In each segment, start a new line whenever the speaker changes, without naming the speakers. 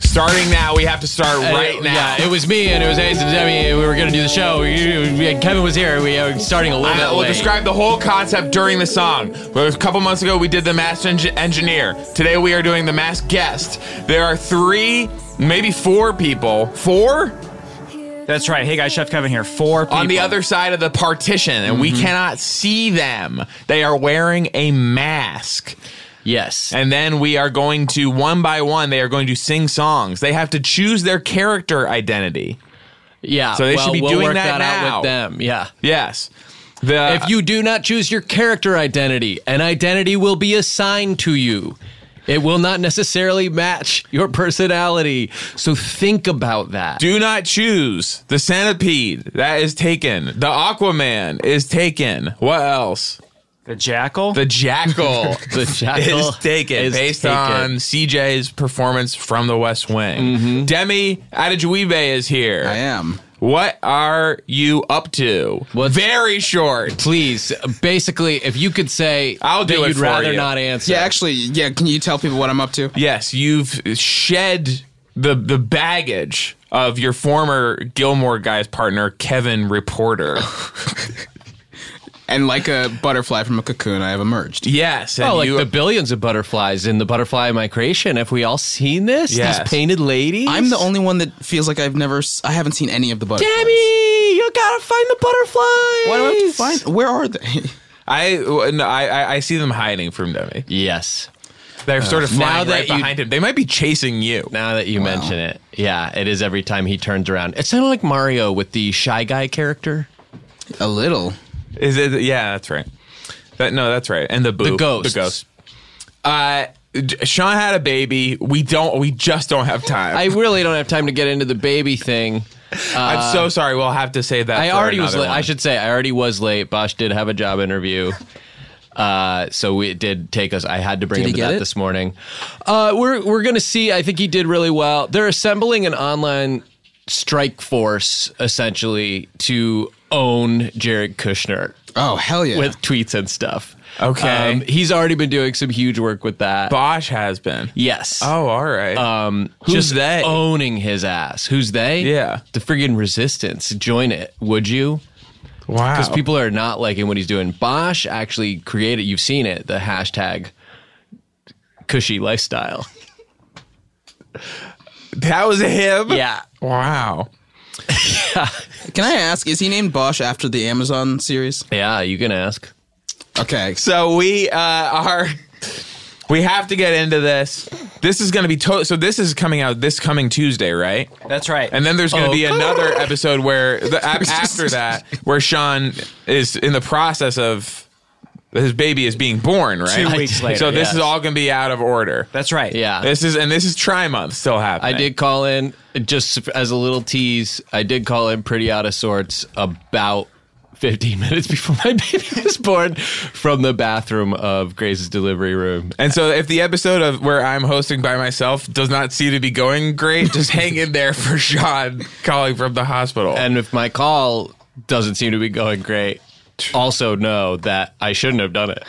Starting now, we have to start
And
right
it-
now.
Uh, Yeah, it was me and it was Ace and Demi. And we were gonna do the show. We- we- Kevin was here. We were starting a little
I
bit
will
late.
describe the whole concept during the song. Well, A couple months ago, we did the masked Eng- engineer. Today, we are doing the masked guest. There are three, maybe four people, four
That's right. Hey guys, Chef Kevin here. Four people.
on the other side of the partition, and we
Mm-hmm.
cannot see them. They are wearing a mask.
yes.
And then we are going to, one by one, they are going to sing songs. They have to choose their character identity.
yeah.
so they
well,
should be
we'll
doing
work
that
that, out
now.
with them. Yeah.
Yes.
Uh,
The,
If you do not choose your character identity, an identity will be assigned to you. It will not necessarily match your personality. So think about that.
Do not choose the centipede. That is taken. The Aquaman is taken. What else?
the jackal.
The jackal.
The jackal
is taken
is
based
taken.
on CJ's performance from The West Wing.
Mm-hmm.
Demi Adajuibe is here.
I am.
What are you up to?
What's-
Very short.
Please, basically, if you could say
I'll do
that
it
you'd
for
rather
you.
not answer.
Yeah, actually, yeah. Can you tell people what I'm up to?
Yes, you've shed the the baggage of your former Gilmore Guys partner Kevin Reporter.
And like a butterfly from a cocoon, I have emerged.
yes, and
Oh, like
you
the billions of butterflies in the butterfly migration. Have we all seen this?
Yes.
These painted ladies.
I'm the only one that feels like I've never. s- I haven't seen any of the butterflies.
Demi, you gotta find the butterflies.
Why do I have to find? Where are they?
I no, I I- I see them hiding from Demi.
Yes.
They're sort of
Uh, Now
flying
that
right
you-
behind him. They might be chasing you.
Now that you mention it, yeah, it is every time he turns around. It sounded like Mario with the shy guy character,
A little.
Is it? Yeah, that's right. That no, that's right. And the boo,
the ghost.
the ghost. Uh, J- Sean had a baby. We don't. We just don't have time.
I
I,
really don't have time to get into the baby thing.
am so sorry. We'll have to say that.
uh, I
for
already was
another
late.
one.
I should say I already was late. Bosch did have a job interview. Uh, so we, it did take us. I had to bring him
Did he
to
get
that
it?
this morning. Uh, we're we're gonna see. I think he did really well. They're assembling an online strike force essentially to own Jared Kushner
Oh hell yeah!
with tweets and stuff. Um,
Okay.
he's already been doing some huge work with that.
Bosch has been.
yes.
Oh, all right.
Um,
Who's
just
they?
owning his ass. Who's they?
Yeah.
the friggin' resistance. Join it, would you?
wow.
Because people are not liking what he's doing. Bosch actually created, you've seen it, the hashtag cushy lifestyle.
that was him.
Yeah.
Wow.
Can I ask? Is he named Bosch after the Amazon series?
Yeah, you can ask.
Okay.
So we uh, are. We have to get into this. This is going to be to- so. This is coming out this coming Tuesday, right?
That's right.
And then there's going to
Oh.
be another episode where the, a- after that, where Sean is in the process of his baby is being born, right?
Two weeks later,
So this
yes.
is all going to be out of order.
That's right.
Yeah.
This is and this is tri month still
I
happening.
did call in, just as a little tease, I did call in pretty out of sorts about 15 minutes before my baby was born from the bathroom of Grace's delivery room.
And so if the episode of where I'm hosting by myself does not seem to be going great, just hang in there for Sean calling from the hospital.
And if my call doesn't seem to be going great, also know that I shouldn't have done it.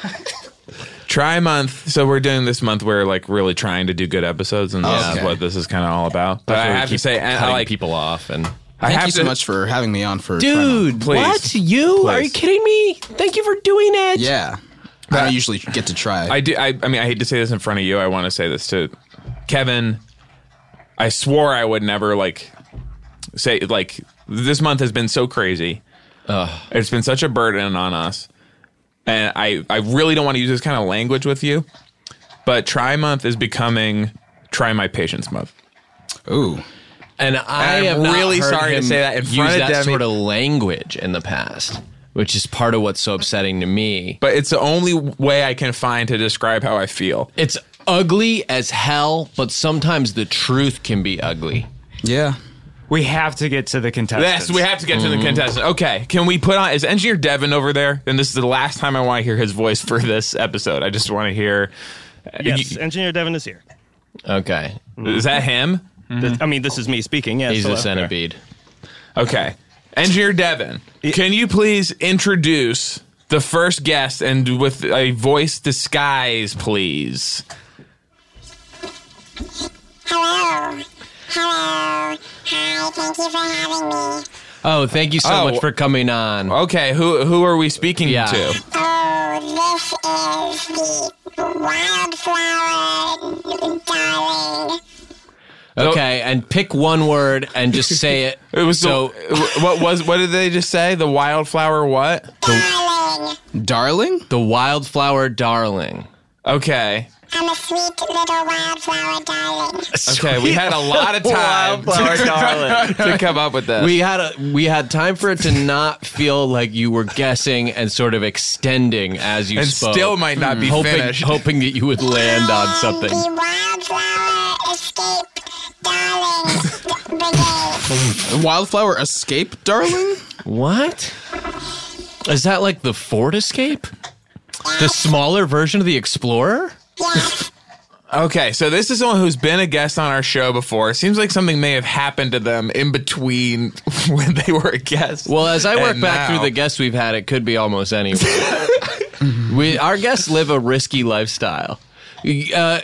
Try month. So we're doing this month. We're like really trying to do good episodes, and this
Okay.
is what this is kind of all about. Oh, But I
So we
have to
keep
say, and I
cutting
like
people off and
I
Thank
have
you so
to-
much for having me on for.
Dude,
Please.
what? You? Are you
Please.
kidding me? Thank you for doing it.
Yeah. I don't usually get to try.
I do. I, I mean, I hate to say this in front of you. I want to say this to Kevin. I swore I would never like say like this month has been so crazy. It's been such a burden on us, and I I really don't want to use this kind of language with you, but try month is becoming try my patience month.
Ooh.
And I
I'm
am
really sorry to say that in front
use
of
that
Demi.
sort of language in the past, which is part of what's so upsetting to me.
But it's the only way I can find to describe how I feel.
It's ugly as hell, but sometimes the truth can be ugly.
Yeah.
We have to get to the contestants.
Yes, we have to get
Mm-hmm.
to the contestant. Okay, can we put on? Is engineer Devin over there? And this is the last time I want to hear his voice for this episode. I just want to hear.
Yes,
You-
Engineer Devin is here.
Okay.
is that him?
Th- I mean, this is me speaking. Yes,
He's a
hello.
centipede.
Okay, engineer Devin, can you please introduce the first guest and with a voice disguise, please?
Hello. having me.
Oh, thank you so
Oh.
much for coming on.
Okay, who who are we speaking
Yeah.
to?
Oh, this is the wildflower, darling.
Okay, and pick one word and just say it.
It was
so.
so. what was what did they just say? The wildflower what?
Darling,
Darling?
the wildflower darling.
Okay.
I'm a sweet little wildflower, darling.
Okay, we had a lot of time
Wildflower darling.
to come up with this.
We had a, we had time for it to not feel like you were guessing and sort of extending as you
and
spoke.
still might not be
hoping,
finished.
hoping that you would land on something.
The wildflower escape, darling. brigade.
Wildflower escape, darling?
What? Is that like the Ford Escape? The smaller version of the Explorer?
Yes,
Okay, so this is someone who's been a guest on our show before. It seems like something may have happened to them in between when they were a guest.
Well, as I work
and
back
now.
through the guests we've had, it could be almost anyone. we our guests live a risky lifestyle. Uh,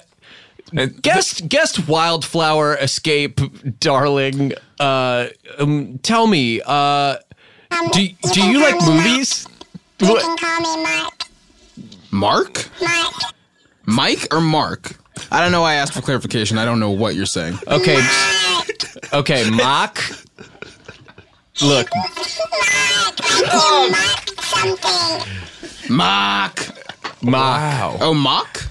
And
guest guest wildflower escape, darling. Uh, um, tell me, uh,
um,
do do you like movies?
You can call me Mark.
Mark?
Mark.
Mike or Mark? I don't know. why I asked for clarification. I don't know what you're saying.
Okay, okay, mock. Look,
Mark. I can Mark something.
Mock.
mock.
wow.
Oh, mock?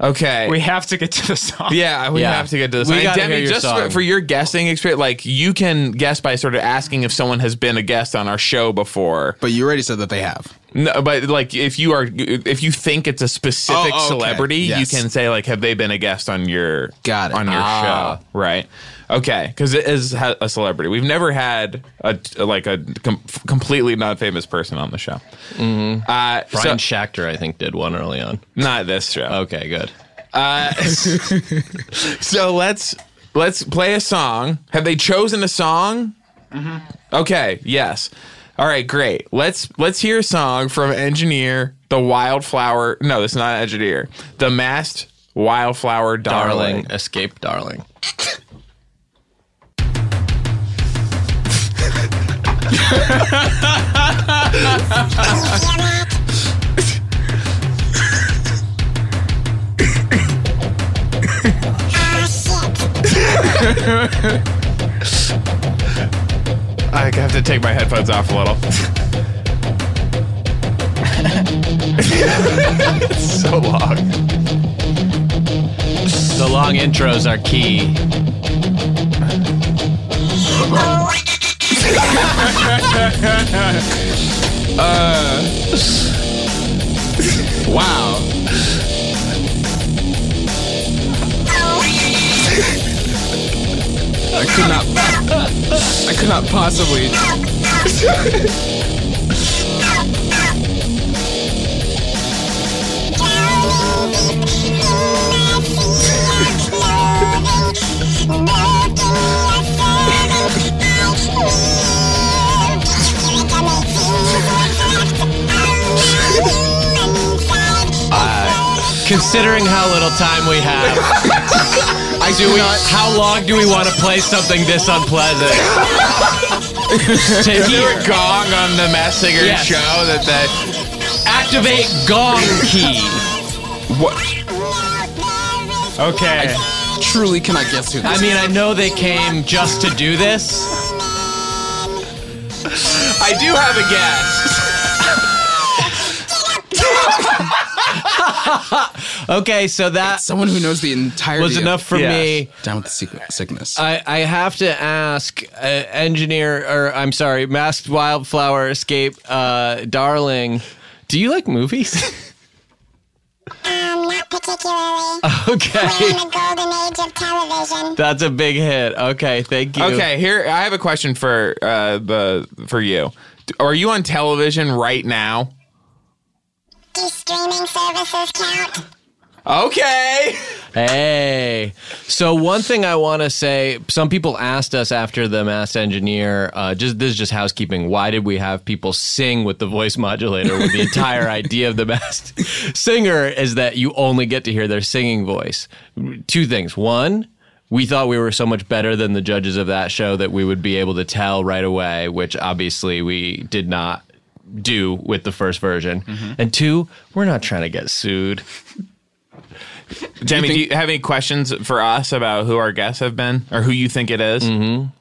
Okay.
We have to get to the song.
yeah, we
Yeah.
have to get to this.
We
And
gotta hear your
just for,
song.
for your guessing experience, like you can guess by sort of asking if someone has been a guest on our show before.
But you already said that they have.
No, but like if you are if you think it's a specific
Oh, okay.
celebrity,
Yes.
you can say like, have they been a guest on your
Got it.
on your
Ah.
show, right? Okay, because it is ha- a celebrity. We've never had a like a com- completely not famous person on the show.
Mm-hmm.
Uh, so,
Brian Schachter, I think, did one early on.
not this show.
Okay, good.
So let's let's play a song. Have they chosen a song? Okay. Yes. All right. Great. Let's let's hear a song from Engineer the Wildflower. No, it's not Engineer. The Masked Wildflower Darling.
Darling, escape, darling.
Oh, shit.
I have to take my headphones off a little. It's so long.
The long intros are key.
Wow.
Oh.
I could not. I could not possibly.
Uh,
Considering how little time we have,
I do not.
how long do we want to play something this unpleasant? to hear
Gong on the Mass Singer
Yes.
show that they
activate gong key.
Okay.
Truly cannot guess who. This
I mean, I know they came just to do this.
I do have a guess.
Okay, so that
Someone who knows the entirety.
was
of-
enough Uh, for
Yeah.
me.
Down with the secret sickness.
I, I have to ask, uh, engineer, or I'm sorry, masked wildflower escape, uh, darling. Do you like movies?
Um, not particularly.
okay,
We're in the golden age of television.
that's a big hit. Okay, thank you.
Okay, here I have a question for uh, the for you. Are you on television right now?
Do streaming services count?
Okay.
Hey. So one thing I want to say, some people asked us after the mass engineer, uh, just this is just housekeeping. Why did we have people sing with the voice modulator when the entire idea of the mass singer is that you only get to hear their singing voice? Two things. One, we thought we were so much better than the judges of that show that we would be able to tell right away, which obviously we did not do with the first version. And two, we're not trying to get sued.
Jamie, do you have any questions for us about who our guests have been or who you think it is?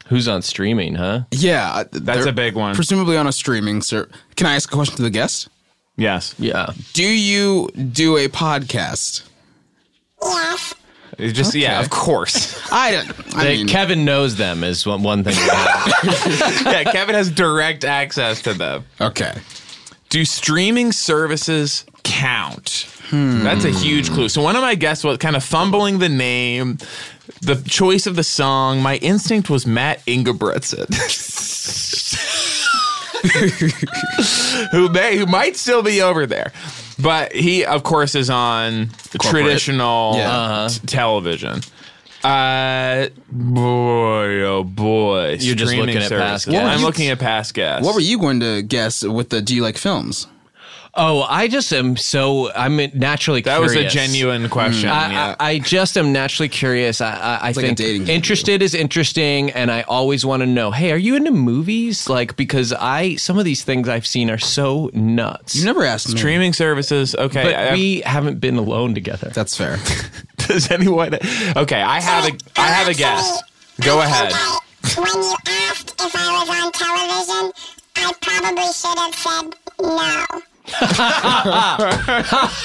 Who's on streaming, huh?
Yeah, that's
a big one.
Presumably on a streaming. Sir, can I ask a question to the guest?
Yes.
Yeah.
Do you do a podcast?
Yes.
It's just yeah,
Okay.
of course.
I don't. I
They-
mean,
Kevin knows them is one, one thing.
yeah, Kevin has direct access to them.
okay.
Do streaming services count? That's a huge clue. So one of my guests was kind of fumbling the name, the choice of the song. My instinct was Matt Ingebretson. who may who might still be over there. But he of course is on traditional
Yeah.
Uh-huh.
uh, t- television. Uh boy, oh boy.
You're just
Streaming
looking at past
services.
guests.
I'm looking at past guests.
What were you going to guess with the Do you like films?
oh, I just am so, I'm naturally
That
curious.
was a genuine question.
I,
yeah.
I, I just am naturally curious. I, I, I
like a
think
dating game.
interested is interesting, and I always want to know. Hey, are you into movies? Like because I some of these things I've seen are so nuts.
You never asked me.
Streaming services. Okay.
but
I- I-
we haven't been alone together.
That's fair.
does anyone? Okay. I have a. I have a guess. Go ahead.
When you asked if I was on television, I probably should have said no.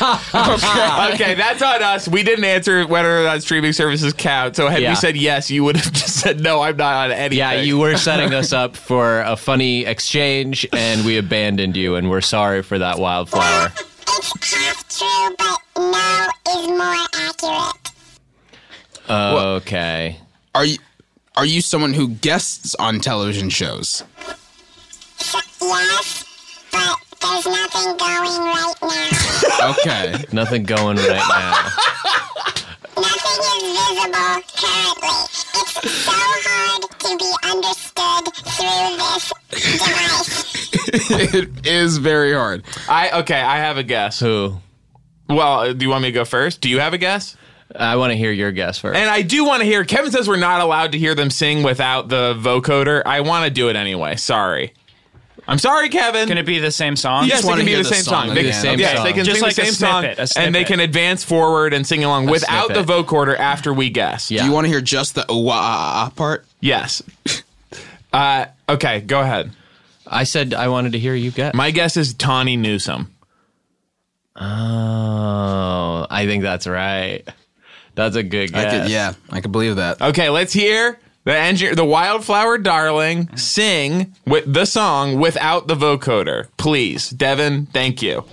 Okay, that's on us. We didn't answer whether or not streaming services count. So had
Yeah.
we said yes, you would have just said no. I'm not on anything.
yeah, you were setting us up for a funny exchange, and we abandoned you, and we're sorry for that wildflower.
It's half true, but no is more accurate.
Okay.
Are you? Are you someone who guests on television shows?
So, yes, but there's nothing going right now.
Okay.
Nothing going right now.
nothing is visible currently. It's so hard to be understood through this device.
it is very hard.
I okay. I have a guess.
Who?
Well, uh, do you want me to go first? Do you have a guess?
I want to hear your guess first.
And I do want to hear. Kevin says we're not allowed to hear them sing without the vocoder. I want to do it anyway. Sorry. I'm sorry, Kevin.
Can it be the same song?
Yes, they
wanna
can be
hear
the,
the
same
song
song.
at
They
the
can-
end. Okay.
Yes, they can
Just
sing
like
the
a
same song,
snippet, a
and they
snippet.
can advance forward and sing along without
snippet.
the vocoder after we guess.
Yeah.
Do you want to hear just the ooh, ah, ah, ah part?
Yes. Uh, okay, go ahead.
I said I wanted to hear you guess.
My guess is Tawny Newsom.
Oh, I think that's right. That's a good
I
guess.
could, yeah, I could believe that.
Okay, let's hear the engineer, the Wildflower Darling, sing with the song without the vocoder, please, Devin. Thank you.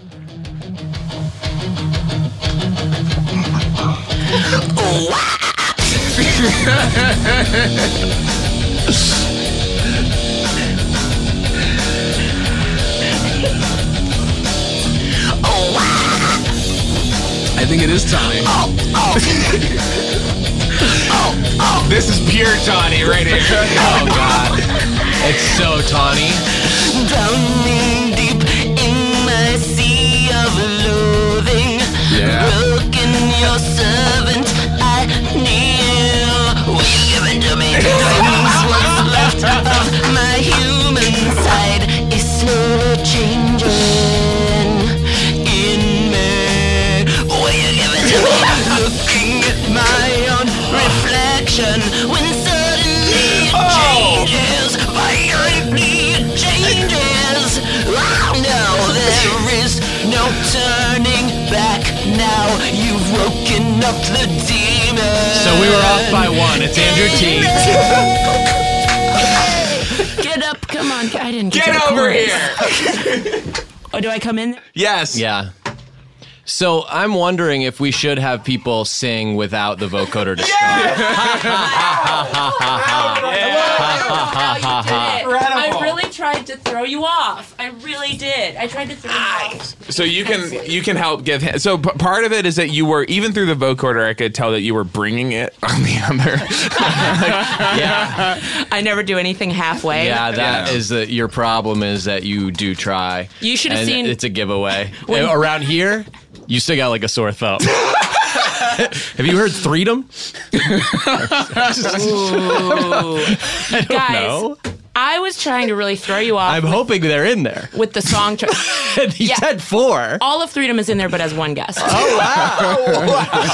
I think it is Tommy. Oh
This is pure Tawny right here.
Oh god, it's so tawny.
Drowning deep in my sea of loathing.
Yeah.
Broken your servant, I kneel. What you've given to me brings what's left of my human side is slowly changing in me. What you've given to me, looking at my own reflection when suddenly it
Oh.
changes violently it changes. Ah, no, there is no turning back now. You've woken up the demon.
So we were off by one. It's Andrew T.
Get up, come on. I didn't get, to
Get
the
over
chorus.
here.
Oh, do I come in?
Yes.
Yeah. So I'm wondering if we should have people sing without the vocoder. To
how you did it. I really tried to throw you off. I really did. I tried to throw you off.
So you can you can help give him. So p- part of it is that you were even through the vocoder, I could tell that you were bringing it on the other.
Yeah,
I never do anything halfway.
yeah. That
Yeah.
is the, your problem is that you do try.
You should have
And
seen-
It's a giveaway. Around here, you still got like a sore thumb. Have you heard Freedom?
Guys,
No.
I was trying to really throw you off
I'm hoping they're in there.
with the song. Tra-
you
Yeah.
said four.
All of Freedom is in there, but as one guest. Oh, wow.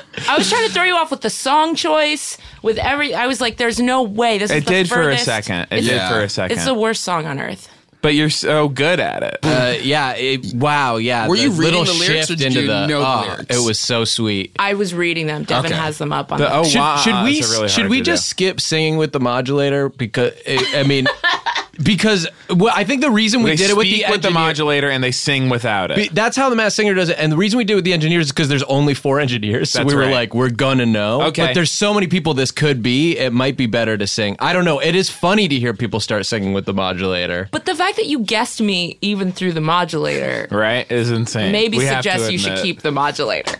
I was trying to throw you off with the song choice, with every. I was like, there's no way. This is
It
the
did for a
furthest-
second. It
It's-
did
Yeah.
for a second.
It's the worst song on earth.
but you're so good at it.
Uh, yeah. It, wow. Yeah.
Were you reading
little
the lyrics
shift
or did
into
you
the,
know the
oh,
lyrics?
It was so sweet.
I was reading them. Devin
Okay.
has them up on.
The- oh,
Should,
wow.
should we
It's really
should
hard
we
to do.
just skip singing with the modulator because I I mean because well, I think the reason we
They
did it
speak
with the engineer-
modulator and they sing without it.
Be- That's how the mass singer does it. And the reason we did it with the engineers is because there's only four engineers. So
That's
we were
right.
like, we're gonna know.
Okay.
But there's so many people this could be. It might be better to sing. I don't know. It is funny to hear people start singing with the modulator.
But the fact that you guessed me even through the modulator
Right is insane.
maybe
We have to
suggests you should
admit.
keep the modulator.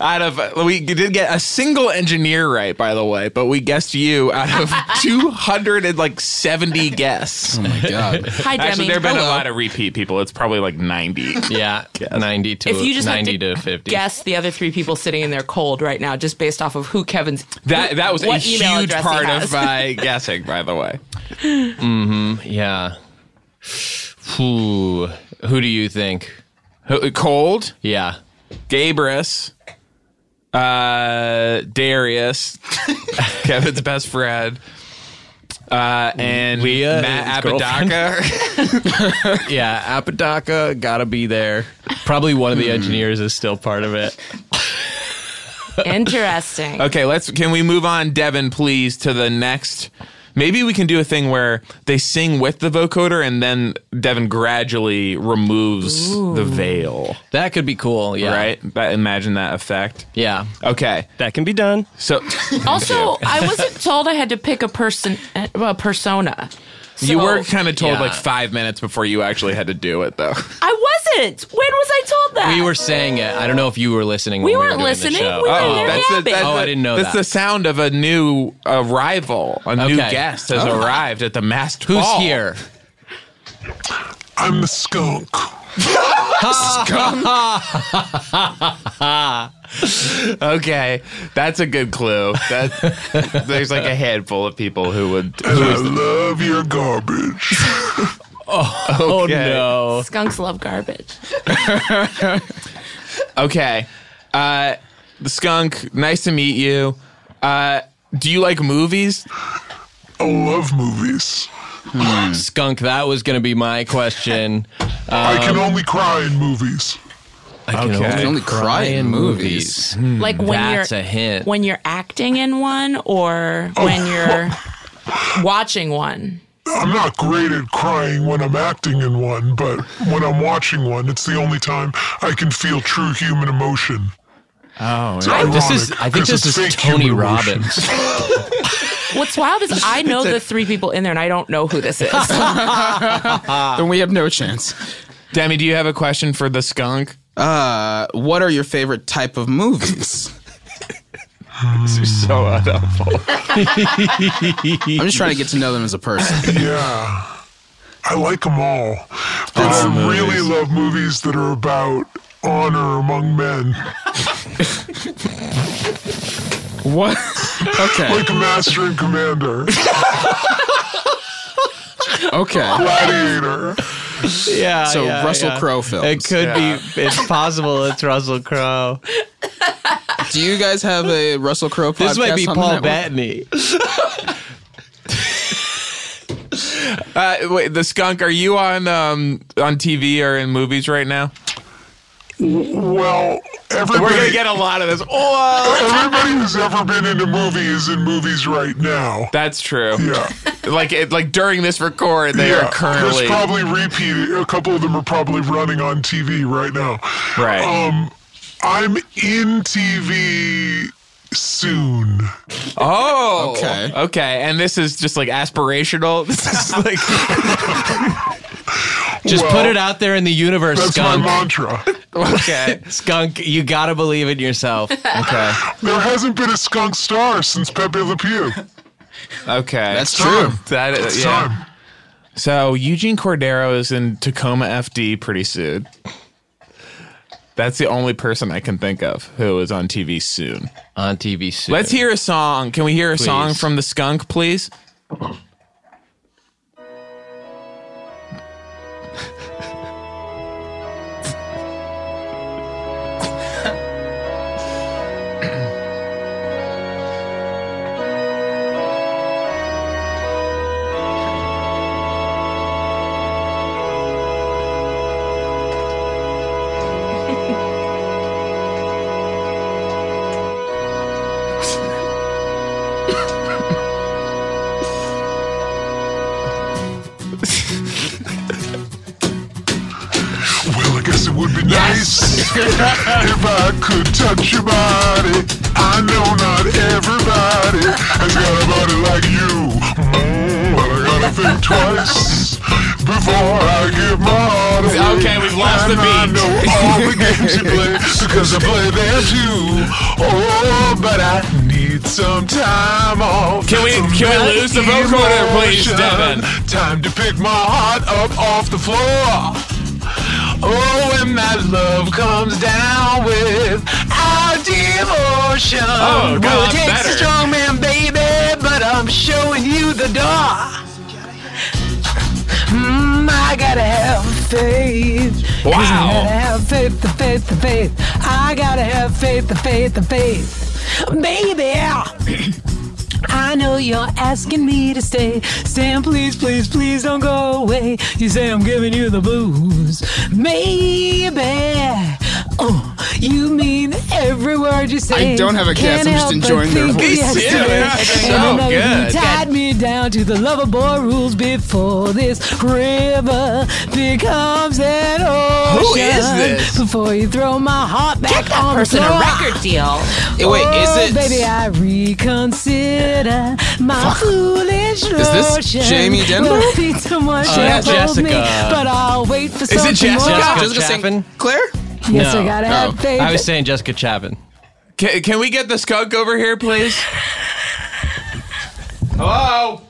out of. We did get a single engineer right, by the way, but we guessed you out of two hundred and like seventy guests.
Oh my god.
Hi, Demi.
Actually, there have been
hello.
a lot of repeat people. It's probably like ninety.
Yeah. Ninety to
if you just
ninety
had
to,
to,
fifty.
guess the other three people sitting in there cold right now, just based off of who Kevin's
That that was a
What email
huge
address he
part
has.
of my guessing, by the way.
Yeah. Who who do you think?
Who- Cold,
Yeah.
Gabrus, uh, Darius, Kevin's best friend, uh, and
Leah,
Matt
his girlfriend.
Apodaca.
Yeah, Apodaca gotta be there. Probably one of
Hmm.
the engineers is still part of it.
interesting.
okay, let's. Can we move on, Devin, please, to the next? Maybe we can do a thing where they sing with the vocoder, and then Devin gradually removes the veil.
That could be cool. Yeah.
Right? That, imagine that effect.
Yeah.
Okay,
That can be done.
so
Also, I wasn't told I had to pick a person, uh, a persona. So
you were kind of told
Yeah.
like five minutes before you actually had to do it, though.
I wasn't. When was I told that?
We were saying it. I don't know if you were listening.
We
when
weren't
we were doing the
listening.
show.
We were
Oh,
there
that's the,
yapping.
that's
Oh,
the-
I didn't know
That's
that.
the sound of a new arrival. A new
Okay.
guest has arrived at the masked
Who's
ball.
here?
I'm the skunk.
Okay, that's a good clue. That there's like a handful of people who would.
And I love your garbage.
Oh
Okay.
no!
Skunks love garbage.
Okay, uh, the skunk. Nice to meet you. Uh, do you like movies?
I love movies.
Hmm, Skunk. That was going to be my question. Um,
I can only cry in movies.
I can
Okay.
You only cry in movies.
Hmm,
Like when
That's
you're
a hint.
when you're acting in one, or
Oh.
when you're watching one.
I'm not great at crying when I'm acting in one, but when I'm watching one, it's the only time I can feel true human emotion. Oh,
This is. I think this is Tony Robbins.
What's wild is I know the three people in there, and I don't know who this is.
Ah.
Then we have no chance.
Demi, do you have a question for the skunk?
Uh, what are your favorite type of movies?
So unhelpful.
I'm just trying to get to know them as a person.
Yeah. I like them all. But I really love movies that are about honor among men,
What? Okay.
like Master and Commander,
Okay.
Gladiator.
yeah.
So
Ah, yeah,
Russell
yeah.
Crowe films.
It could be. It's possible. It's Russell Crowe.
Do you guys have a Russell Crowe podcast?
This might be
on the
Paul
network?
Bettany.
Uh, wait, the skunk. Are you on um, on TV or in movies right now?
Well, everybody,
We're gonna get a lot of this. Oh,
everybody who's ever been into movies is in movies right now.
that's true.
Yeah.
like it, like during this record, they
yeah.
are currently
There's probably repeated. A couple of them are probably running on TV right now.
right.
Um, I'm in TV soon.
oh,
Okay.
okay. And this is just like aspirational. This is like
Just
Well,
put it out there in the universe,
That's my
Skunk.
mantra.
okay.
Skunk, you gotta believe in yourself.
Okay.
There hasn't been a skunk star since Pepe Le Pew.
Okay.
That's true.
That is,
It's
yeah.
time.
So Eugene Cordero is in Tacoma FD pretty soon. That's the only person I can think of who is on TV soon.
On TV soon.
Let's hear a song. Can we hear a song
Please.
from the skunk, please?
Well, I guess it would be nice if I could touch your body. I know not everybody has got a body like you. Mm, But I gotta think twice before I give my heart away.
Okay, we've lost the
and I
beat.
know all the games you play because I play them too. Oh, but I need some time off.
Can we-
some
can we lose the vocoder, please,
emotion.
Devin?
Time to pick my heart up off the floor. Oh, when that love comes down with our devotion.
Oh, God,
well, it takes
better.
a strong man, baby, but I'm showing you the door. Mm, I gotta have faith. 'Cause I
Wow.
gotta have faith, the faith, the faith. I gotta have faith, the faith, the faith. Baby, I know you're asking me to stay. Sam, please, please, please don't go away. You say I'm giving you the blues. Maybe. Oh, you mean every word you say.
I don't have a guess.
Can't
I'm just
help but
enjoying their
think of
voice.
yesterday.
Yeah, it's
And
so
I know you
good.
tied me down to the lover boy rules before this river becomes an ocean.
Who is this?
Before you throw my heart back on the floor.
deal.
Hey, wait,
Oh,
is it?
Oh, Baby, I reconsider my foolish notion.
this Jamie Denver?
Will be too much
Oh, that's
to hold me,
Jessica.
but I'll wait for something
Jessica?
more.
Jessica
Jessica
Chapin?
St. Clair?
Yes,
No.
I gotta have faith.
I was saying Jessica Chapin.
Can, can we get the skunk over here, please? Hello?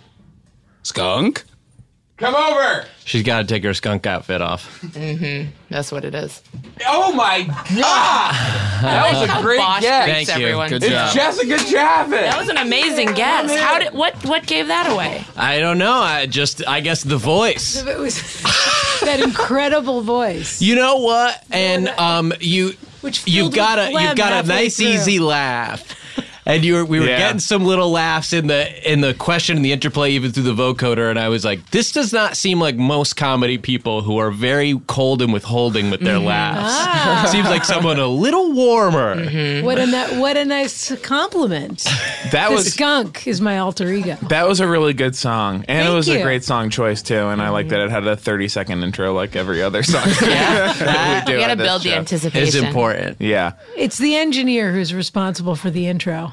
Skunk?
Come over.
She's got to take her skunk outfit off.
That's what it is.
Oh my god! That was a great
Bosch
guess.
thanks
Thank you.
everyone.
Good
It's
job.
Jessica Javits.
That was an amazing guess. How did what what gave that away?
I don't know. I just, I guess the voice.
it was that incredible voice.
You know what? And um, you
Which
you've
filled
got
with
a
phlegm
you've got a
halfway
nice
through.
easy laugh. And you were, we were
Yeah.
getting some little laughs in the in the question and the interplay even through the vocoder and I was like this does not seem like most comedy people who are very cold and withholding with
Mm-hmm.
their laughs.
Ah.
Seems like someone a little warmer.
What a ni- what a nice compliment.
That
The
was
skunk is my alter ego.
that was a really good song, and it
Thank
was a
you.
great song choice too. And I like that it had a 30 second intro, like every other song. yeah, we, do
We gotta
on this
build the
show.
anticipation.
Is important.
Yeah.
It's the engineer who's responsible for the intro.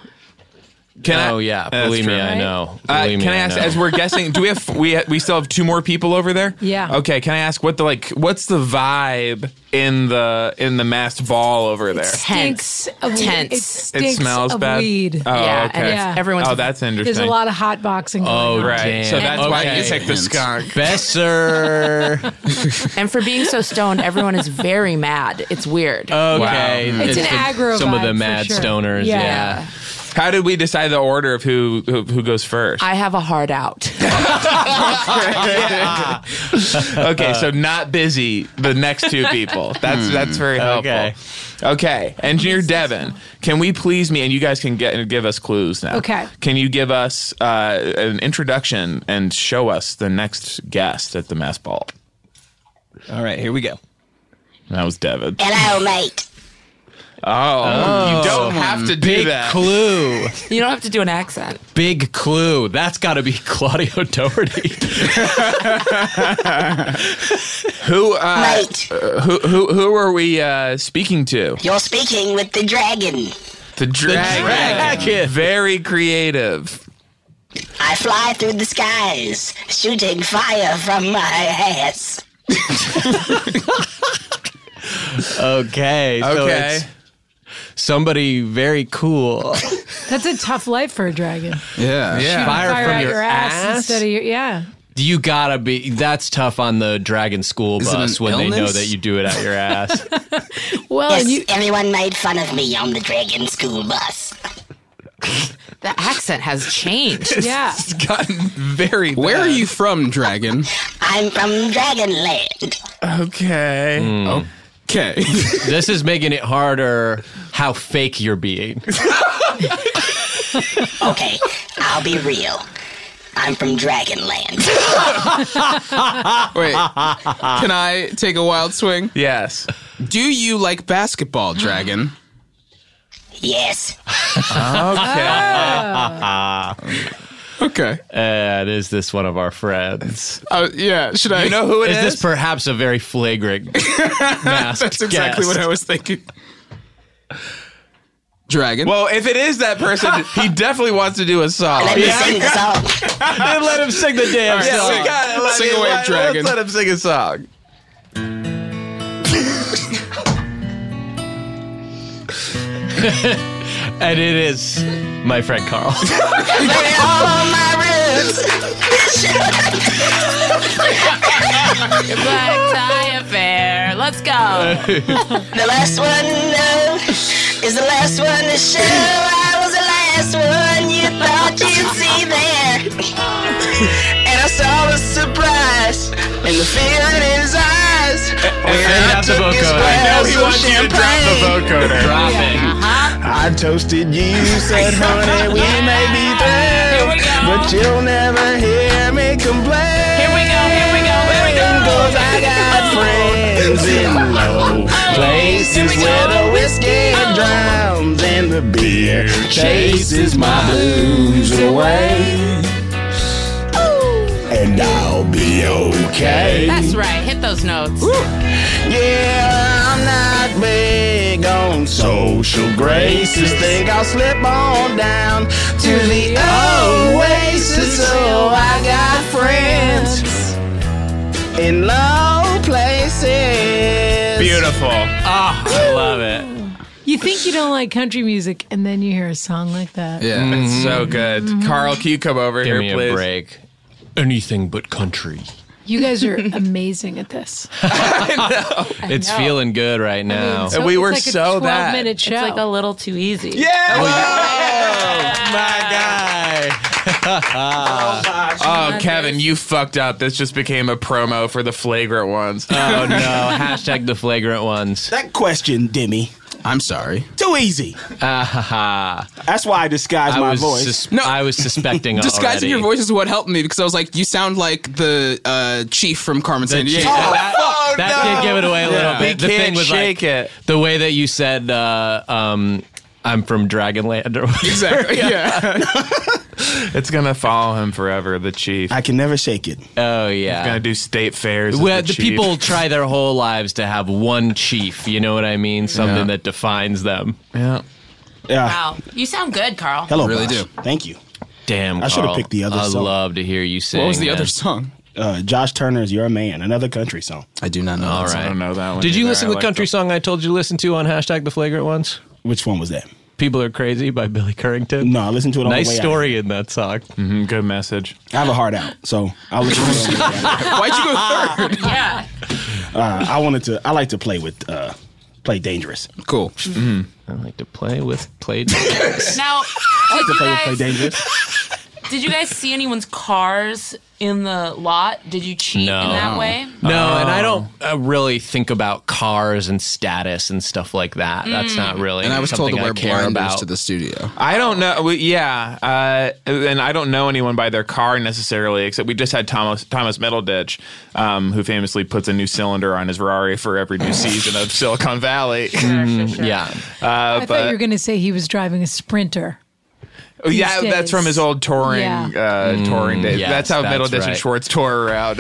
Can I-
oh yeah,
That's
believe me,
true.
I know.
Uh,
Believe
can
me,
I ask?
know.
As we're guessing, do we have we we still have two more people over there?
Yeah.
Okay. Can I ask what the like? What's the vibe in the in the masked ball over there?
tense?
of
Tense.
Weed. It stinks
smells
of
bad.
weed.
Oh,
yeah,
okay.
and it's,
Yeah.
everyone's.
Oh, that's interesting.
There's a lot of hot boxing going
Oh,
on.
Right. So
Damn.
that's why you
Okay.
picked the skunk.
Besser.
and for being so stoned, everyone is very mad. It's weird.
Uh,
Okay.
It's an
the-
aggro
Some of
vibe
the
for
mad
sure.
stoners,
Yeah.
yeah.
How did we decide the order of who who, who goes first?
I have a heart out.
okay, so not busy. The next two people. That's that's very helpful.
Okay.
Okay. engineer Devin, can we please me and you guys can get give us clues now.
Okay.
Can you give us uh, an introduction and show us the next guest at the mass ball?
All right, here we go.
That was Devin. Oh,
Hello, mate.
you don't have to do
Big
that.
clue.
you don't have to do an accent.
Big clue. That's got to be Claudio Doherty.
who uh,
Mate,
who who who are we uh, speaking to?
you're speaking with the dragon.
The dragon.
dragon.
Very creative.
I fly through the skies, shooting fire from my ass.
okay. So
Okay.
it's somebody very cool.
That's a tough life for a dragon.
Yeah.
yeah.
Fire
Fire
from
out
your
your ass,
ass?
instead of your yeah.
You gotta be. That's tough on the dragon school
Is it
bus
an
when they know
illness?
that you do it out your ass.
Oh,
Well,
yes,
you,
everyone made fun of me on the Dragon School bus.
the accent has changed.
Yeah.
It's gotten very. Where are you from, Dragon?
I'm from Dragonland.
okay.
Mm.
Okay.
this is making it harder how fake you're being.
Okay, I'll be real. I'm from Dragonland.
Wait. Can I take a wild swing?
Yes.
Do you like basketball, Dragon?
Yes.
Okay.
And is this one of our friends?
Uh, yeah. Should I?
You know who it
Is
is?
this perhaps a very flagrant masked
That's exactly
guest?
what I was thinking. Dragon.
well, if it is that person, he definitely wants to do a song.
Let me sing the song.
Then let him sing the damn
right,
song.
sing- sing away,
let,
Dragon.
Let him sing a song.
And it is my friend Carl.
Baby, all of my roots.
Black tie affair. Let's go.
The last one known is the last one to show. I was the last one you thought you'd see there. And I saw the surprise and the fear in his eyes. When I
not the
took his
vocoder. I
glass
know
he
of
wants you to drop the
champagne.
vocoder.
Drop
I toasted you, said honey, we may be
Here we
through,
go.
but you'll never hear me complain.
Here we go. Here we go. Here we go.
Cause I got friends in low places where the whiskey drowns and the beer chases my blues away. And I'll be okay.
That's right. Hit those notes.
Yeah, I'm not big on social graces. Think I'll slip on down to the oasis. So I got friends in low places.
Beautiful.
I love it.
You think you don't like country music, and then you hear a song like that.
yeah.
So good. Carl, can you come over
Give
here,
me
please?
a break. Anything but country.
You guys are amazing at this.
It's feeling good right now.
So
we
it's
were
like a
so
12
bad.
Minute show.
It's like a little too easy.
Oh, Kevin, you fucked up. This just became a promo for the flagrant ones.
Oh no! Hashtag the flagrant ones.
That question, Demi,
I'm sorry.
too easy.
Ah, ha, ha.
That's why I disguise
I
my
was
voice.
sus-
No.
I was suspecting
Disguising
already.
your voice is what helped me because I was like, you sound like the uh, chief from Carmen
The
Sandiego.
chief-
Oh,
that, that did give it away a little bit. the thing
can't
was
shake
like
it.
the way that you said, uh, um, "I'm from Dragonland." Or whatever.
Exactly. Yeah.
It's gonna follow him forever. The chief.
I can never shake it.
oh
gonna
yeah.
do state fairs. as
Well,
the
the
chief.
people try their whole lives to have one chief. You know what I mean? Something
Yeah.
that defines them.
Yeah.
Yeah.
Wow. You sound good, Carl.
Hello,
Really
Bosch.
do.
Thank you.
Damn,
I should've
Carl.
picked the other
I
song.
love to hear you sing.
What was the
man.
other song?
Uh, Josh Turner's "You're a Man," another country song.
I do not know. All
I don't know that one.
Did you
either.
listen
I
to the
like
country song I told you to listen to on hashtag the flagrant ones?
Which one was that?
People are crazy by Billy Currington.
No, I listened to it on the
Nice
way out.
story in that song.
the- Mhm, good message.
I have a heart out, so I listen to it. on the way out.
Why'd you go third?
Yeah.
Uh, I wanted to. I like to play with, uh, play dangerous.
cool.
I like to play with played.
Now, did you,
Play with play
guys,
dangerous.
did you guys see anyone's cars in the lot? Did you cheat
No.
in that way?
No, and I don't uh, really think about cars and status and stuff like that. That's not really
Mm. And I was told
something
to wear
I care
blinders
about.
to the studio.
I don't know. we- Yeah, uh, and I don't know anyone by their car necessarily, except we just had Thomas Thomas Middleditch, um, who famously puts a new cylinder on his Ferrari for every new season of Silicon Valley.
Mm,
Uh,
yeah,
I thought you were going to say he was driving a sprinter.
oh, yeah,
These
that's from his
days.
old touring
Yeah.
uh, touring days.
Mm, yes,
that's how
that's
Middleditch
right.
and Schwartz tour around.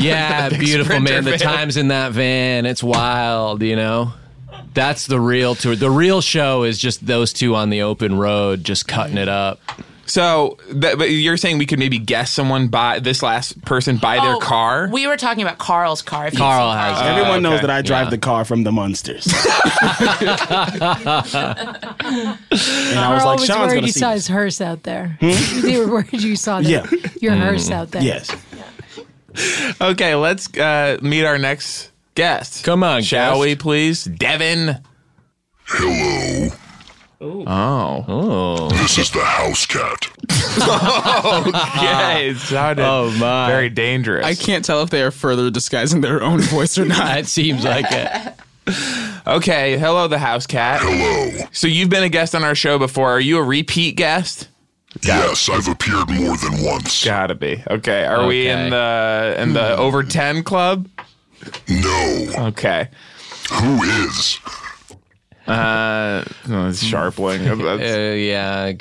yeah, beautiful
sprinter
man. The
van.
times in that van, it's wild. You know, that's the real tour. The real show is just those two on the open road, just cutting it up.
so, that, but you're saying we could maybe guess someone by this last person by their
Oh,
car.
We were talking about Carl's car. If you've
Carl
seen
has-
Uh,
Carl's
Everyone knows
okay.
that I drive
Yeah.
the car from the monsters. and I was
Carl
like,
was
Sean's
worried
gonna
you
see.
saw
this."
his hearse out there. they were worried you saw the,
Yeah.
your hearse out there.
Yes.
Okay, let's uh, meet our next guest. Come on, shall we please, Devin?
Hello.
Oh. Oh.
This is the house cat.
okay, it sounded oh, my. very dangerous.
I can't tell if they are further disguising their own voice or not.
it seems like it. Okay, hello, the house cat.
Hello.
So you've been a guest on our show before. Are you a repeat guest?
Yes, I've appeared more than once.
Gotta be. Okay, Hmm. are we in the in the over ten club?
No.
Okay.
Who is?
Uh, no, it's Sharpling.
uh, yeah,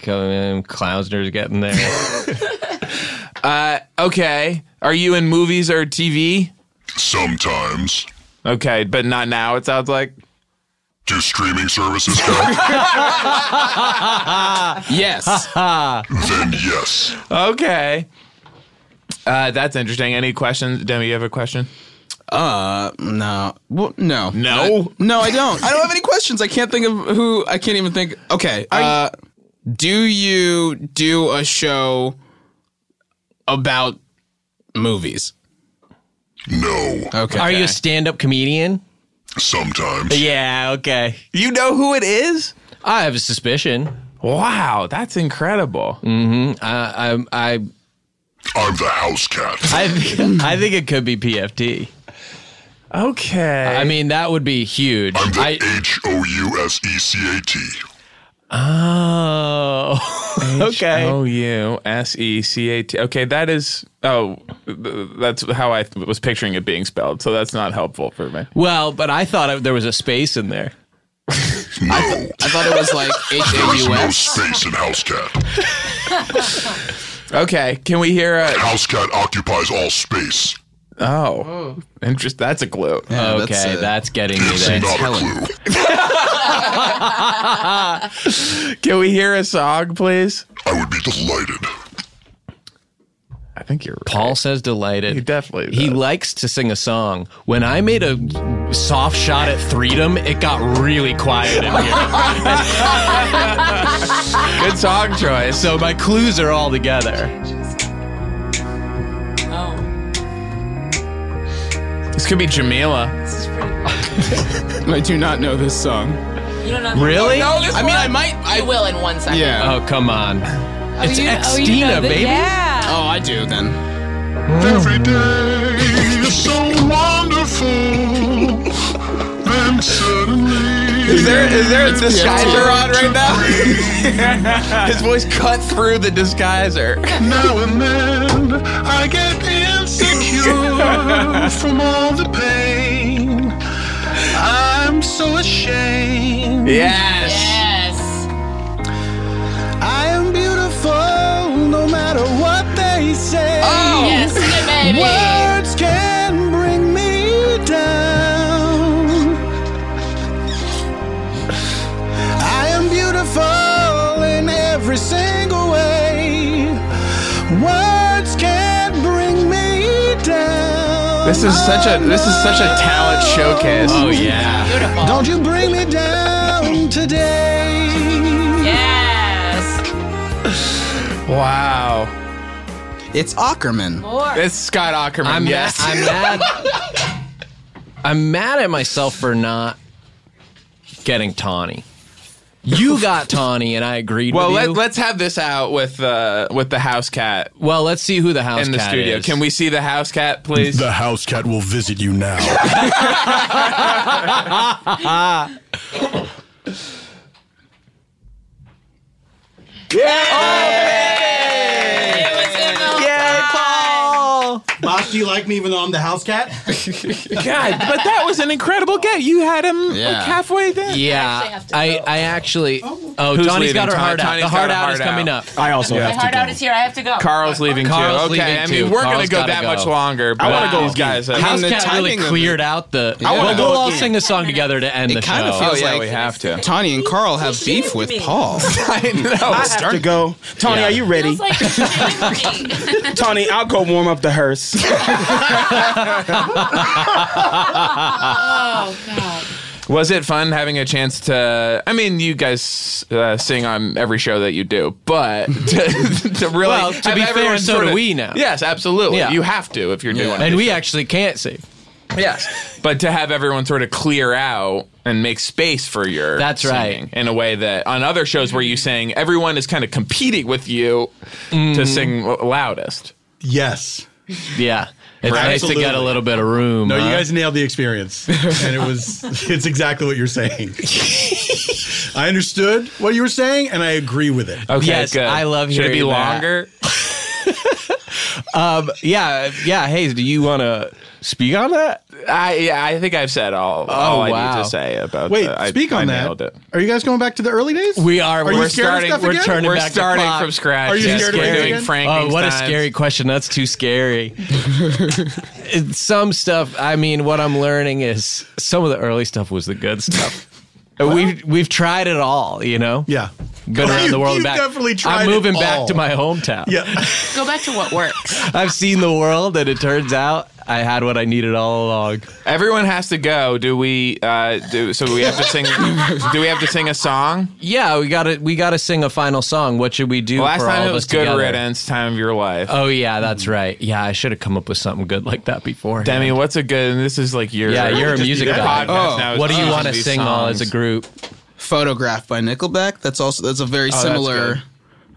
um, Klausner's getting there.
Uh, okay. Are you in movies or TV?
Sometimes.
Okay, but not now. It sounds like.
Do streaming services count?
yes.
then yes.
Okay. Uh, that's interesting. Any questions, Demi? You have a question?
Uh, no. Well, no.
No?
no, I don't. I don't have any questions. I can't think of who. I can't even think. Okay. Uh, do you do a show about movies?
No.
Okay.
Are you a stand-up comedian?
Sometimes.
Yeah. Okay.
You know who it is?
I have a suspicion.
Wow, that's incredible.
Mm-hmm. I, I, I,
I'm the house cat.
I, think, I think it could be PFT.
Okay.
I mean, that would be huge.
I'm
I,
the H O U S E C A T.
oh, okay.
O U S E C A T. Okay, that is. Oh, th- that's how I th- was picturing it being spelled. So that's not helpful for me.
Well, but I thought it, there was a space in there.
No.
I thought it was like H
There
A
is
U
no
S.
space in house cat.
Okay, can we hear a?
House cat occupies all space.
Oh, interest. That's a clue. Um,
Yeah,
okay,
that's
that's,
it.
getting me
It's
there.
not
Helen.
a clue.
Can we hear a song, please?
I would be delighted.
I think you're right.
Paul says delighted.
He definitely
He
does.
likes to sing a song. When I made a soft shot at Freedom, it got really quiet in here.
Good song choice.
so my clues are all together.
Oh,
This could be Jamila.
this is pretty. Cool.
I do not know this song.
You don't know.
Really?
No, this
I mean, I might.
I
I
will in one second.
yeah.
Oh come on! It's
you- oh, you
Extina,
know the-
baby.
Yeah.
Oh, I do then.
Every day is so wonderful. Then suddenly.
Is there is there a disguiser
Yeah.
on right now? His voice cut through the disguiser.
Now and then I get insecure from all the pain. I'm so ashamed.
Yes.
Yes.
I am beautiful no matter what they say.
Yes, baby.
Words can bring me down. I am beautiful in every single way. Words can bring me down.
This is such a this is such a talent showcase.
Oh yeah.
Don't you bring me down today.
Yes.
Wow.
It's Ackerman.
It's Scott Ackerman.
I'm
yes.
mad. I'm mad. I'm mad at myself for not getting Tawny. You got Tawny, and I agreed
well,
with
let,
you.
let's have this out with uh, with the house cat
well, let's see who the house
in the
cat
studio.
is.
Can we see the house cat, please?
The house cat will visit you now.
Boss, do you like me even though I'm the house cat?
God, but that was an incredible get. You had him
Yeah.
halfway there.
actually
Yeah,
have to
I,
go.
I actually. Oh,
Who's leaving?
Tawny's got her
Tawny-
heart out.
Tawny's
The heart
got her
out is
heart
coming
out.
up. Uh,
I also
My
have
heart
to
out
go.
is here. I have to go.
Carl's leaving
Carl's
too. Okay,
leaving
I
too.
mean we're
Carl's
gonna go
gotta
that
go.
much longer. But
I wanna go
these guys.
again.
have-
House
the
cat really
timing of
cleared out the.
wanna
Well,
go
we'll all
again.
sing a song together to end the
It kind of
show.
oh
feels
yeah,
like
we have to.
Tony and Carl have
He's
beef
mean
with
to me.
Paul.
I
I
know.
have to go. Tony, are you ready?
Feels like shaming me.
Tony, I'll go warm up the hearse.
Oh God.
Was it fun having a chance to? I mean, you guys uh, sing on every show that you do, but to, to really,
Well, to
have
be fair,
everyone
so
sorta-
do we now.
Yes, absolutely.
Yeah.
You have to if you're doing it.
and we actually can't see.
Yes, but to have everyone sort of clear out and make space for your
That's right.
singing in a way that on other shows where you sing, everyone is kind of competing with you
Mm.
to sing l- loudest.
Yes.
Yeah. It's nice to get a little bit of room.
No, you
huh?
guys nailed the experience, and it was it's exactly what you're saying. I understood what you were saying, and I agree with it.
Okay, Yes, good. I love Should it be hearing that. longer? Um, yeah, yeah. Hayes, do you want to speak on that?
I yeah, I think I've said all,
Oh,
all I need to say about
Wait,
that. I-
speak on
I nailed
that.
it.
Are you guys going back to the early days?
We are.
you
we're
scared of
starting.
stuff
We're
again?
turning. back the
starting
clock.
from scratch.
Are you
Yes,
scared of
we're
it
doing
again?
Frankenstein.
Oh, what a scary question! That's too scary. It's Some stuff. I mean, what I'm learning is some of the early stuff was the good stuff. we've we've tried it all, you know.
Yeah,
been around
You-
the world. and
you
back.
definitely tried
I'm
it
moving back
all.
to my hometown.
Yeah,
Go back to what works.
I've seen the world, and it turns out I had what I needed all along.
Everyone has to go. Do we? Uh, do so? We have to sing. do we have to sing a song?
Yeah, we gotta we gotta sing a final song. What should we do?
Last
for all
time
of
it was
us
Good
together?
Riddance, Time of Your Life.
Oh yeah, that's right. Yeah, I should have come up with something good like that before.
Demi, what's a good? And this is like your
Yeah, you're a
your
music guy.
podcast
Oh.
now is
What do you
choosing
wanna
these
sing all as a
songs.
group?
Photograph by Nickelback. That's also that's a very
Oh, that's
similar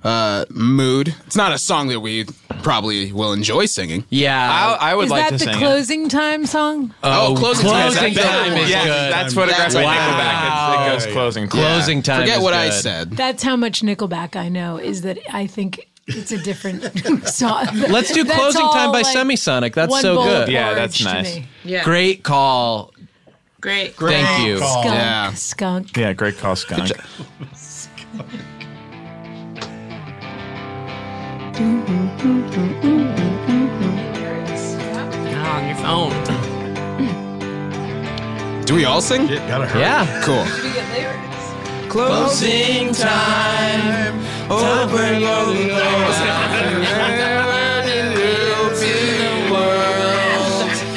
uh, mood. It's not a song that we probably will enjoy singing.
Yeah,
I,
is that the closing time song?
Oh, closing,
Closing
time,
time is
Yeah,
good.
That's what
That's
a graphic
wow.
wow. Nickelback. It's, it goes closing.
Closing time
Forget
is
what I
good.
said.
That's how much Nickelback I know. Is that I think it's a different song.
Let's do
That's
closing time
all,
by
like,
Semisonic. That's
one
so
bowl
good.
of Yeah, porridge that's to nice. me. Yeah.
Great call.
Great.
Thank you.
Skunk, skunk.
Yeah, great call, Skunk.
on your phone.
Do we all sing?
hurry.
Yeah.
Cool.
Closing time. Open your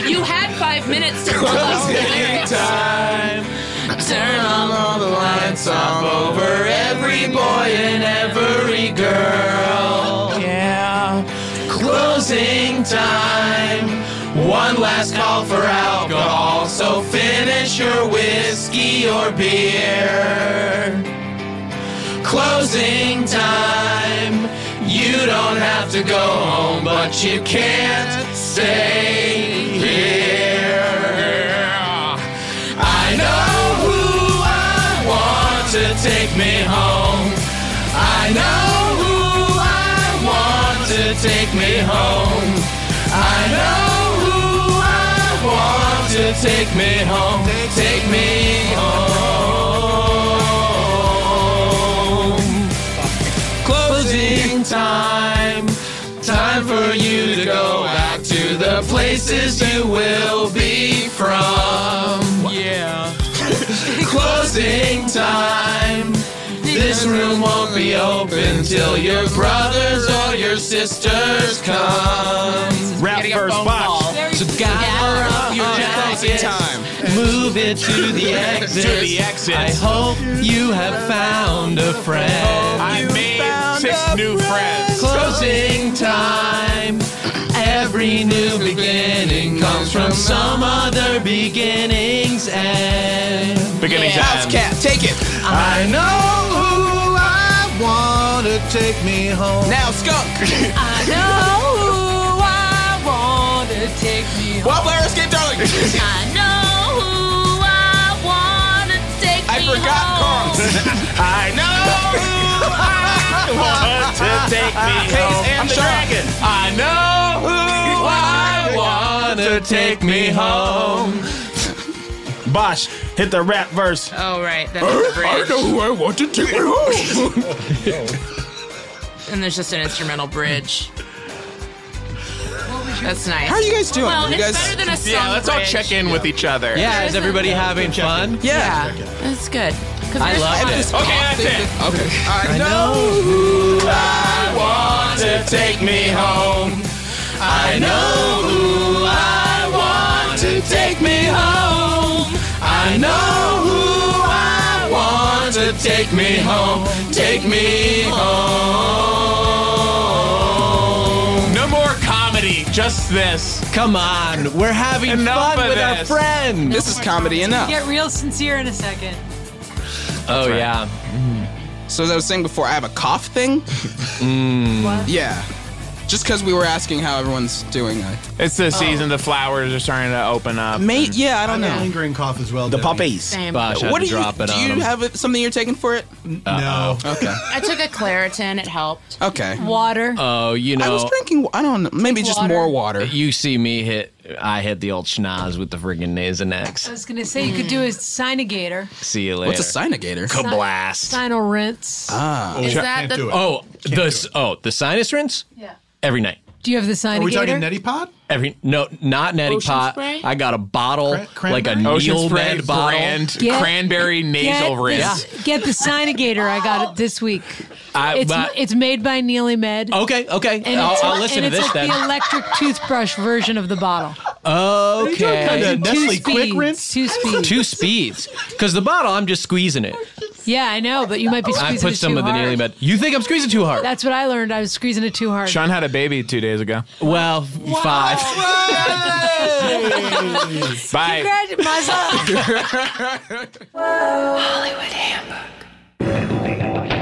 You had five minutes to close.
time. Turn on all the lights off over every boy and every girl. Yeah. Closing time. One last call for alcohol, so finish your whiskey or beer. Closing time. You don't have to go home, but you can't stay here. I know who I want to take me home. I know who I want to take me home. I know who I want to take me home. Take me home. Closing time. Time for you to go back to the places you will be from. Yeah. Closing time. This room won't be open till your brothers or your sisters come. Rap first box. So gather up your jackets. Move it to the exit.
To the exit.
I hope you have found a friend. I made six new friends. Closing time. Every new beginning comes from some other beginning's end.
Beginning's Yeah. end.
cat, take it. I know who I want to take me home. Now, skunk. I know who I want to take me home. Wildflower, escape, darling. I know who I want to take me home. I forgot Carl. I know who I want to take me home. I'm the dragon. I know who I want to take me home.
Bosh, hit the rap verse.
Oh, right. That's the bridge.
I want to take
And there's just an instrumental bridge. That's nice.
How are you guys doing?
Well,
You
it's
guys-
better than a song.
Yeah, let's all
bridge.
check in with each other.
Yeah, is everybody having fun?
Yeah. That's good. 'Cause
I
there's
love
fun.
it.
Okay, that's it.
Okay.
I know who I want to take me home. I know who I want to take me home. I know who
take me home, take me home.
No more comedy, just this.
Come on, we're having
Enough fun of with our this. friends.
This is comedy enough.
Get real sincere in a second.
Oh yeah.
So as I was saying before, I have a cough thing.
What?
Yeah. Just because we were asking how everyone's doing. I,
It's
Oh.
the season. The flowers are starting to open up.
Mate, yeah, I don't
I'm a
know.
lingering cough as well.
The
Debbie.
puppies.
Same.
what do you do? You
him.
have a, something you're taking for it?
No.
Okay.
I took a Claritin. It helped.
Okay.
Water.
Oh, you know.
I was drinking. I don't know. Maybe just
Water.
more water.
You see me hit. I hit the old schnoz with the friggin'
I
Nasonex.
was gonna say you could do a sinogator.
See you later.
What's a sinogator?
Kablast.
Sinal rinse.
Ah.
Is that the?
Oh, the oh the sinus rinse.
Yeah.
Every night.
Do you have the sinogator?
Pod?
Every no, not neti
Ocean
pot.
spray?
I got a bottle, like a
Ocean
Neil
spray
Med bottle,
brand cranberry nasal
get
rinse.
The, get the Sinogator. I got it this week.
I-
it's,
but-
it's made by Neely Med.
Okay, okay.
And
I'll-
it's,
I'll listen
and
to
it's
this
like
then.
the electric toothbrush version of the bottle.
Okay.
Comes in two speeds, Two speeds.
Two speeds. Because the bottle, I'm just squeezing it.
Yeah, I know, but you might be
I
squeezing
put
it
some
too
of the
hard.
Neely Med. You think I'm squeezing too hard?
That's what I learned. I was squeezing it too hard.
Sean had a baby two days ago.
Well, five.
Bye.
Congratu- Mazel.
Hollywood Handbook.